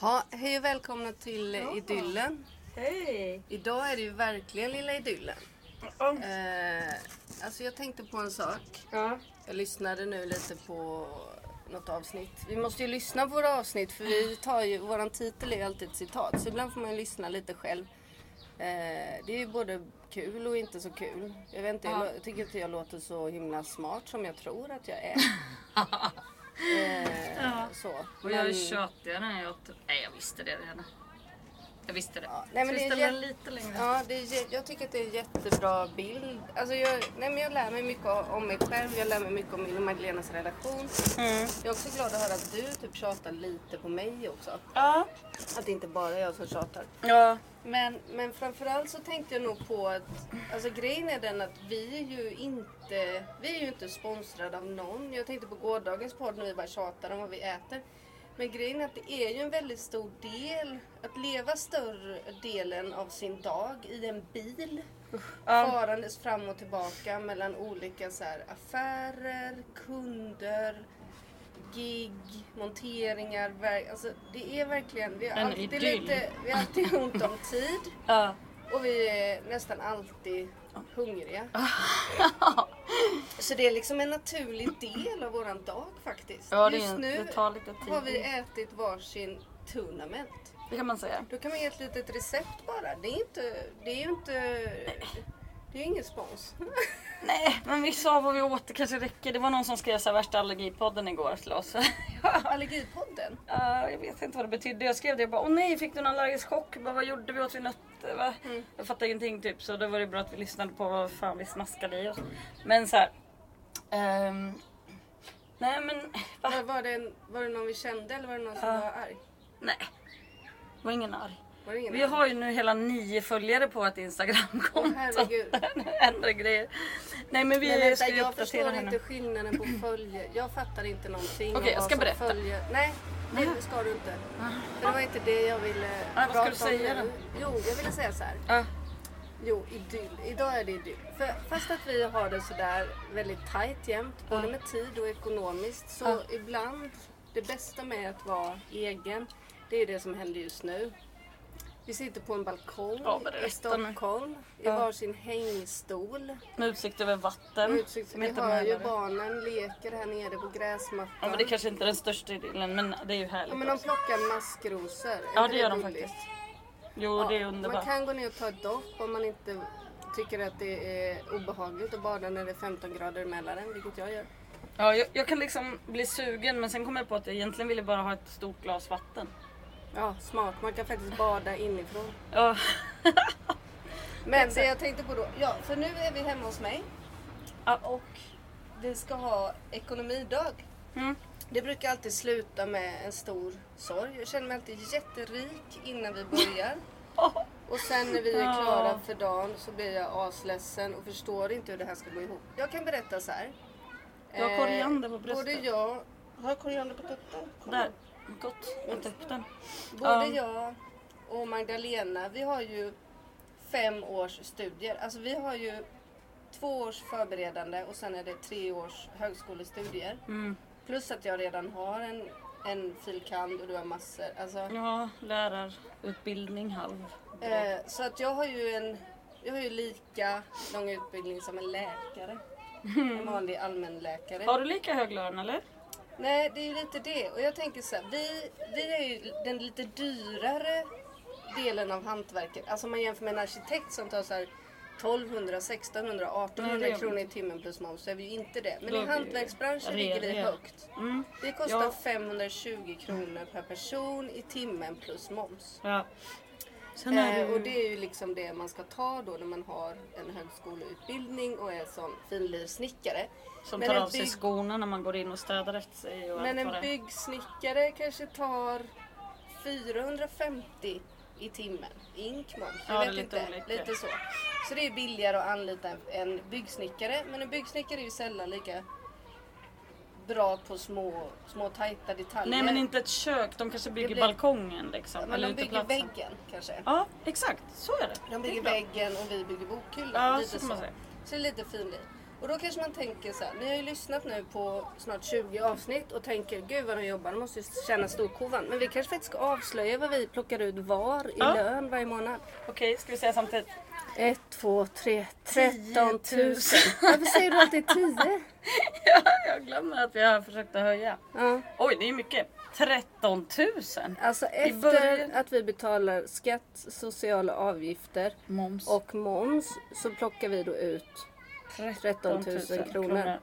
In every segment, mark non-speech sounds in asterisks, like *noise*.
Ha, hej och välkomna till eh, Ja. Idyllen. Hej! Idag är det ju verkligen lilla Idyllen. Eh, alltså jag tänkte på en sak. Ja. Jag lyssnade nu lite på något avsnitt. Vi måste ju lyssna på våra avsnitt för vi tar ju, våran titel är ju alltid ett citat. Så ibland får man ju lyssna lite själv. Eh, det är ju både kul och inte så kul. Jag vet inte, jag, lå- jag tycker inte jag låter så himla smart som jag tror att jag *laughs* är. eh, så. Och jag är Men- tjatigare än jag... tro- Nej, jag visste det redan. Jag visste det. Ja, nej, men Ska vi det är ställa jä- den lite längre? Ja, det är, jä- jag tycker att det är en jättebra bild. Alltså jag, nej men jag lär mig mycket o- om mig själv, jag lär mig mycket om min och Magdalenas relation. Jag är också glad att höra att du typ tjatar lite på mig också. Ja. Att det inte bara är jag som tjatar. Ja. Men, men framförallt så tänkte jag nog på att alltså grejen är den att vi är ju inte, vi är ju inte sponsrade av någon. Jag tänkte på gårdagens podd när vi bara tjatar om vad vi äter. Men grejen är att det är ju en väldigt stor del, att leva större delen av sin dag i en bil. Farandes fram och tillbaka mellan olika så här, affärer, kunder, gig, monteringar. Ver- alltså, det är verkligen, vi har, En alltid, idyll. lite, vi har alltid ont om tid. Ja. Och vi är nästan alltid *laughs* hungriga. Så det är liksom en naturlig del av våran dag faktiskt. Ja, det är- Just nu det tar lite tid. har vi ätit varsin tunnament. Det kan man säga. Då kan man ge ett litet recept bara. Det är inte... Det är ju inte... Det är ju ingen *laughs* spons. Nej, men vi sa vad vi åt. Det kanske räcker. Det var någon som skrev så här, värsta allergipodden igår till oss. *laughs* Ja, Allergipodden. jag vet inte vad det betydde. Jag skrev det jag bara åh nej, fick du någon allergisk chock? Jag Bara, vad gjorde vi? Åt vi nötter? Va? Mm. Jag fattar ingenting typ. Så då var det bra att vi lyssnade på vad fan vi smaskade i oss. Men så här. ehm, nej men. Va? Var, var, det en, var det någon vi kände eller var det någon som var arg? Nej. Var ingen arg. Var det ingen Vi arg? har ju nu hela nio följare på vårt Instagramkonto. Åh, herregud. *laughs* Det händer grejer. Nej men vi Men ska vänta, ju jag uppdatera förstår här inte nu. skillnaden på följe. Jag fattar inte någonting. Okej, om jag vad ska som berätta. Följer. Nej, det ska du inte. För det var inte det jag ville vad ska prata du säga om. då? Jo, jag ville säga så här. Ja. Jo, idyll. Idag är det idyll. För fast att vi har det sådär väldigt tajt jämt, både med tid och ekonomiskt, så ibland, det bästa med att vara egen, det är det som händer just nu. Vi sitter på en balkong Ja, berätta i nu. Stockholm, i varsin hängstol. Med utsikt över vatten. Utsikt, som vi inte hör ju mälare. barnen leker här nere på gräsmattan. Ja men det kanske inte är den största idyllen men det är ju härligt. Ja, men de också. plockar maskrosor. Är Ja, inte det gör de gulligt? faktiskt. Jo det är Man underbart. kan gå ner och ta ett dopp om man inte tycker att det är obehagligt att bada när det är 15 grader i Mälaren, vilket jag gör. Ja, jag, jag kan liksom bli sugen men sen kommer jag på att jag egentligen ville bara ha ett stort glas vatten. Ja, smart. Man kan faktiskt bada inifrån. Ja. Men det jag tänkte på då, ja, för nu är vi hemma hos mig ja. och vi ska ha ekonomidag. Mm. Det brukar alltid sluta med en stor sorg. Jag känner mig alltid jätterik innan vi börjar. Åh, Och sen när vi är Ja. klara för dagen så blir jag asledsen och förstår inte hur det här ska gå ihop. Jag kan berätta så här. Du har Eh, koriander på bröstet. Både jag... Har jag koriander på tutten? Kolla. Där. Gott. Åt upp den. Både Ja. jag och Magdalena, vi har ju fem års studier. Alltså vi har ju två års förberedande och sen är det tre års högskolestudier. Mm. Plus att jag redan har en, en fil. kand och du har massor. Alltså, Ja, lärarutbildning halv. Eh, så att jag har ju en jag har ju lika lång utbildning som en läkare. En vanlig allmänläkare. Har du lika hög lön eller? Nej, det är ju lite det. Och jag tänker så här, vi, vi är ju den lite dyrare delen av hantverket. Alltså om man jämför med en arkitekt som tar så här 1200, 1600, 1800 Nej, det gör vi kronor i timmen plus moms så är vi ju inte det. Men Då i är vi hantverksbranschen ligger vi rediga. högt. Mm. Det kostar Ja. 520 kronor per person i timmen plus moms. Ja. Sen är det Eh, ju... och det är ju liksom det man ska ta då när man har en högskoleutbildning och är som finlirsnickare. Som Men tar en av sig bygg- skorna när man går in och städar efter sig och Men allt vad en det är. byggsnickare kanske tar 450 i timmen. Ink moms, jag Ja, det är vet lite inte. olika. Lite så. Så det är billigare att anlita en- en byggsnickare. Men en byggsnickare är ju sällan lika bra på små, små tajta detaljer. Nej men inte ett kök, de kanske bygger blir- balkongen liksom. Men eller de bygger uteplatsen. väggen kanske. Ja exakt, så är det. De Det är bygger bra. väggen och vi bygger bokhyllan. Ja, lite så kan man säga. Så det är lite fin liv. Och då kanske man tänker så här, ni har ju lyssnat nu på snart 20 avsnitt och tänker gud vad de jobbar, de måste ju tjäna storkovan. Men vi kanske faktiskt ska avslöja vad vi plockar ut var i Ja. lön varje månad. Okej, ska vi säga samtidigt? Ett, två, tre, 13 000. 10 000. Varför säger du alltid 10? Ja, jag glömmer att vi har försökt att höja. *laughs* Ja. Oj, det är mycket. 13 000! Alltså början- efter att vi betalar skatt, sociala avgifter Moms. och moms så plockar vi då ut 13 000 kronor.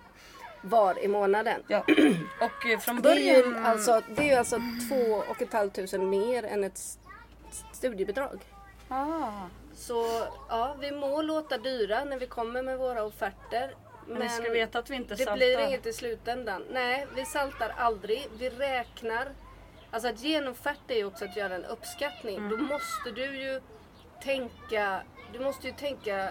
var i månaden. *clears throat* Ja. Och eh, från Det är början... ju alltså, det är ju alltså två och ett halvt tusen mer än ett s- studiebidrag. Ah, Så ja, vi må låta dyra när vi kommer med våra offerter. men ni ska veta att vi inte det saltar. blir inget i slutändan. Nej, vi saltar aldrig. Vi räknar. Alltså att ge en offert är ju också att göra en uppskattning. Mm. Då måste du ju tänka, du måste ju tänka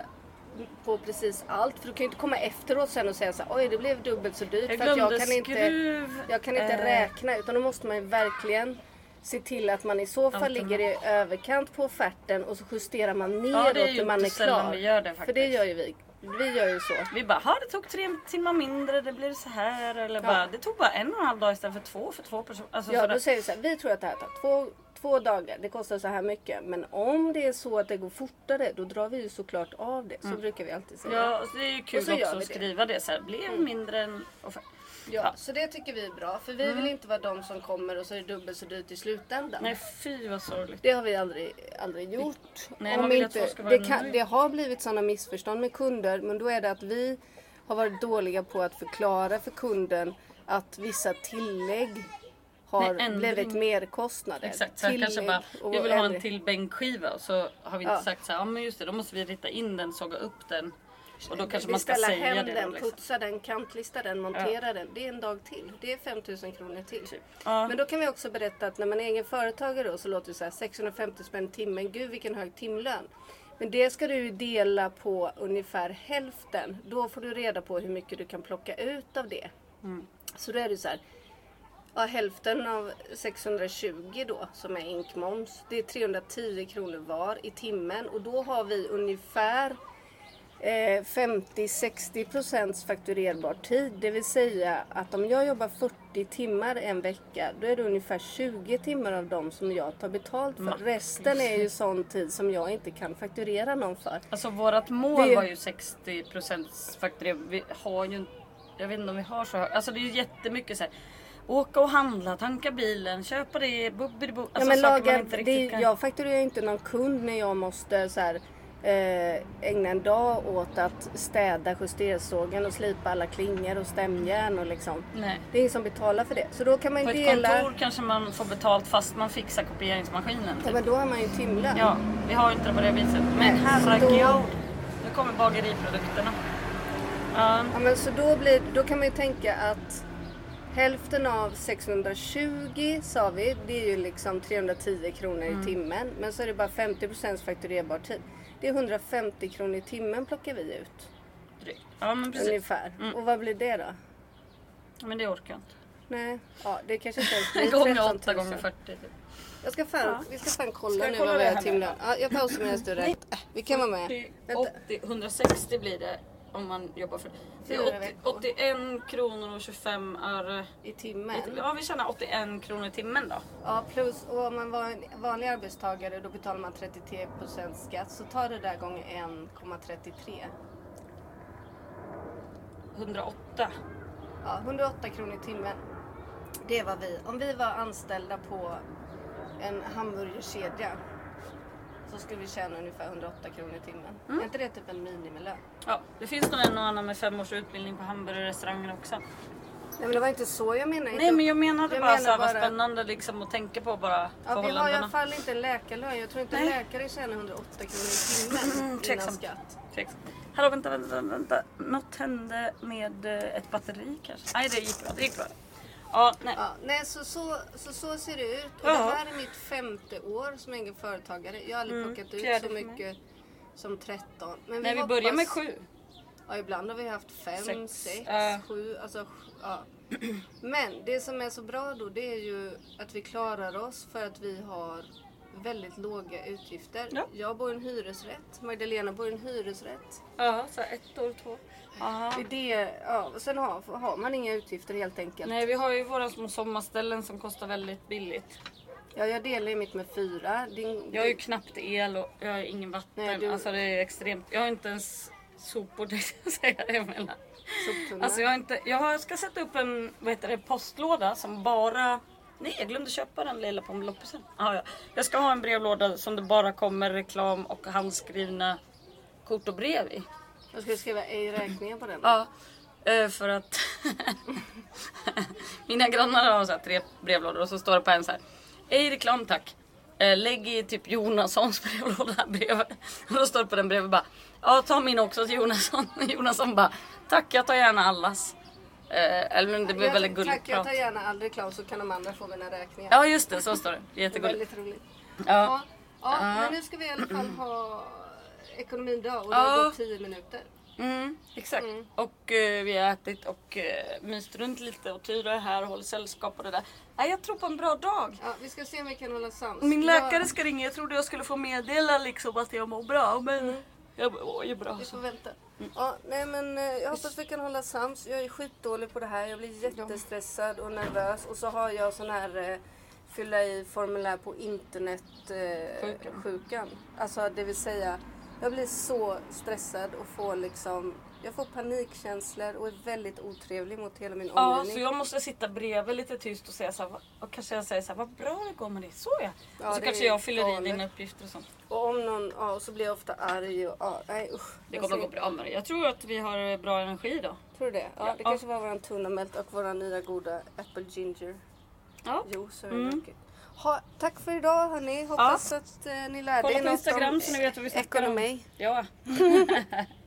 på precis allt. För du kan ju inte komma efteråt sen och säga så här, oj det blev dubbelt så dyrt. Jag för att glömde jag kan inte, skruv. jag kan inte Eh. räkna utan då måste man ju verkligen se till att man i så fall Automat. ligger i överkant på offerten och så justerar man neråt Ja, det är ju när man inte är sällan klar. vi gör det För det faktiskt. gör ju vi. Vi gör ju så. Vi bara, "Ha, det tog tre timmar mindre, det blir så här. Eller Ja. bara, det tog bara en och en halv dag istället för två för två personer. Alltså, Ja, för då det- säger vi så här, vi tror att det här tar två, två dagar, det kostar så här mycket. Men om det är så att det går fortare, då drar vi ju såklart av det. Så brukar vi alltid säga. Mm. ja, och det är ju kul Och så gör också vi att det. Mm. skriva det så här. Blev mindre än... Och för... Ja, så det tycker vi är bra. För vi Mm. vill inte vara de som kommer och så är det dubbelt så dyrt i slutändan. Nej fy vad sorgligt. Det har vi aldrig, aldrig gjort. Mm. Nej, man vill att folk ska vara det, kan, nöjd. det har blivit sådana missförstånd med kunder men då är det att vi har varit dåliga på att förklara för kunden att vissa tillägg har Nej, ändring. blivit merkostnader. Exakt, så här kanske bara, och vi vill ha en ändring. till bänkskiva och så har vi inte Ja. sagt så här, ja men just det, då måste vi rita in den, såga upp den och då kanske man ska Beställa säga hem det. den, då, liksom. putsa den, kantlista den, montera den. Det är en dag till. Det är 5000 kronor till. Typ. Ja. Men då kan vi också berätta att när man är egen företagare då, så låter det så här 650 spänn timmen. Gud vilken hög timlön. Men det ska du ju dela på ungefär hälften. Då får du reda på hur mycket du kan plocka ut av det. Mm. Så då är det så här. Ja, hälften av 620 då som är inkmoms. Det är 310 kronor var i timmen och då har vi ungefär eh, 50-60 procents fakturerbar tid. Det vill säga att om jag jobbar 40 timmar en vecka då är det ungefär 20 timmar av dem som jag tar betalt för. Resten är ju sån tid som jag inte kan fakturera någon för. Alltså vårat mål Det- var ju 60% fakturering. Vi har ju inte- jag vet inte om vi har så högt. Alltså det är ju jättemycket så här. Åka och handla, tanka bilen, köpa det, bubbidibo. Alltså ja, men saker man laga, inte det, riktigt är- kan. Jag fakturerar ju inte någon kund när jag måste så här, eh, ägna en dag åt att städa justersågen och slipa alla klingor och stämjärn. Och liksom. Nej. Det är ingen som betalar för det. Så då kan man På ju ett dela... kontor kanske man får betalt fast man fixar kopieringsmaskinen. Ja, Typ. men då har man ju timlön. Ja, vi har ju inte det på det viset. Men Nej, så då- herregud. Nu kommer bageriprodukterna. Ja, Ja, men så då, blir, då kan man ju tänka att hälften av 620 sa vi, det är ju liksom 310 kronor i Mm. timmen. Men så är det bara 50 fakturerbar tid. Det är 150 kronor i timmen plockar vi ut. drygt. Ja men precis. Mm. Ungefär. Och vad blir det då? Men det orkar jag inte. Nej, ja, det kanske inte ens blir 13 Gånger 000. 8 gånger 40 typ. Jag ska fan, Vi ska fan kolla Ska jag nu kolla vad vi det har här timlön. Ja, jag pausar medan du räknar. Vi kan vara med. 40, Vänta. 80, 160 blir det om man jobbar för det. Fyra är 80, veckor. 81 kronor och 25 öre. I timmen. Ja vi tjänar 81 kronor i timmen då. Ja, plus och om man var en vanlig arbetstagare då betalar man 33% skatt. Så tar det där gånger 1,33. 108. Ja, 108 kronor i timmen. Det var vi. Om vi var anställda på en hamburgerkedja så skulle vi tjäna ungefär 108 kronor i timmen. Mm. Är inte det typ en minimilön? Ja, det finns nog en och annan med fem års utbildning på hamburgerrestaurangen också. Nej men det var inte så jag menade. Nej men jag menade Jag bara menar så här, vad bara- spännande liksom att tänka på bara Ja, vi har i alla förhållandena. fall inte en läkarlön. Jag tror inte en läkare tjänar 108 kronor i timmen innan tveksam. skatt. Tveksam. Mm, Hallå vänta, vänta, vänta. Något hände med eh, ett batteri kanske? Nej det gick bra, det gick bra. Ja, nej. Ja, nej, så, så, så så ser det ut. Och Ja. Det här är mitt femte år som egen företagare. Jag har aldrig plockat ut Mm, fjärde så för mig. mycket som 13. Men Nej vi hoppas- börjar med sju. Ja, ibland har vi haft fem, Sex, sex, ja. sju. Alltså, sj- ja. *clears throat* Men det som är så bra då det är ju att vi klarar oss för att vi har väldigt låga utgifter. Ja. Jag bor i en hyresrätt, Magdalena bor i en hyresrätt. Ja, så här ett år, två. Aha. Det är det, ja, och sen har, har man inga utgifter helt enkelt. Nej, vi har ju våra små sommarställen som kostar väldigt billigt. Ja, jag delar ju mitt med fyra. Din, Jag har ju knappt el och jag har ingen vatten. Nej, du- Alltså det är extremt. Jag har inte ens sopor *laughs* tänkte jag säga. Jag menar. soptunna. Alltså jag, har inte, jag har- ska sätta upp en vad heter det, postlåda som bara... Nej, jag glömde köpa den lilla på loppisen. Ah, ja. Jag ska ha en brevlåda som det bara kommer reklam och handskrivna kort och brev i. Jag skulle skriva ej räkningar på den. Ja, eh, för att *laughs* mina grannar har så här tre brevlådor och så står det på en så här. Ej reklam tack. Eh, Lägg i typ Jonassons *laughs* brevlåda här bredvid. Och då står det på den bredvid bara. Ja, ta min också till Jonasson. *laughs* Jonasson bara. Tack, jag tar gärna allas. Eh, Eller men det blir Jag- väldigt gulligt Tack, jag prat. tar gärna all reklam så kan de andra få mina räkningar. Ja, just det. Så står det. det är Jättegulligt. väldigt roligt. Ja. Ja. Ja, Ja. men nu ska vi i alla fall ha ekonomidag och det Ja. har gått 10 minuter. Mm, exakt. Och eh, vi har ätit och eh, myst runt lite och Tyra är här och håller sällskap och det där. Nej, jag tror på en bra dag. Ja, vi ska se om vi kan hålla sams. Min Jag- läkare ska ringa. Jag trodde jag skulle få meddela liksom att jag mår bra. Men Mm. jag mår ju bra. Vi Så. får vänta. Ja, nej men eh, jag hoppas vi kan hålla sams. Jag är skitdålig på det här. Jag blir jättestressad och nervös. Och så har jag sån här eh, fylla i formulär på internet eh, Sjukan. sjukan. Alltså det vill säga, jag blir så stressad och får liksom, jag får panikkänslor och är väldigt otrevlig mot hela min Ja, omgivning. så jag måste sitta bredvid lite tyst och säga så här, "Va- och kanske jag säger så här, vad bra det går med dig. Så ja. Ja, och så det kanske är jag fyller galet. i dina uppgifter och sånt. Och om någon, ja, och så blir jag ofta arg och ja, nej usch. Det Jag kommer ser- gå bra med dig. Jag tror att vi har eh, bra energi idag. Tror du det? Ja, Ja. det kanske var våran tuna melt och våran nya goda apple ginger. Ja. Jo, så är Mm. det mycket. ha, Tack för idag hörni. Hoppas att eh, ni lärde Kolla er på något Instagram om så ni vet vad vi snackar om. ekonomi. Ja.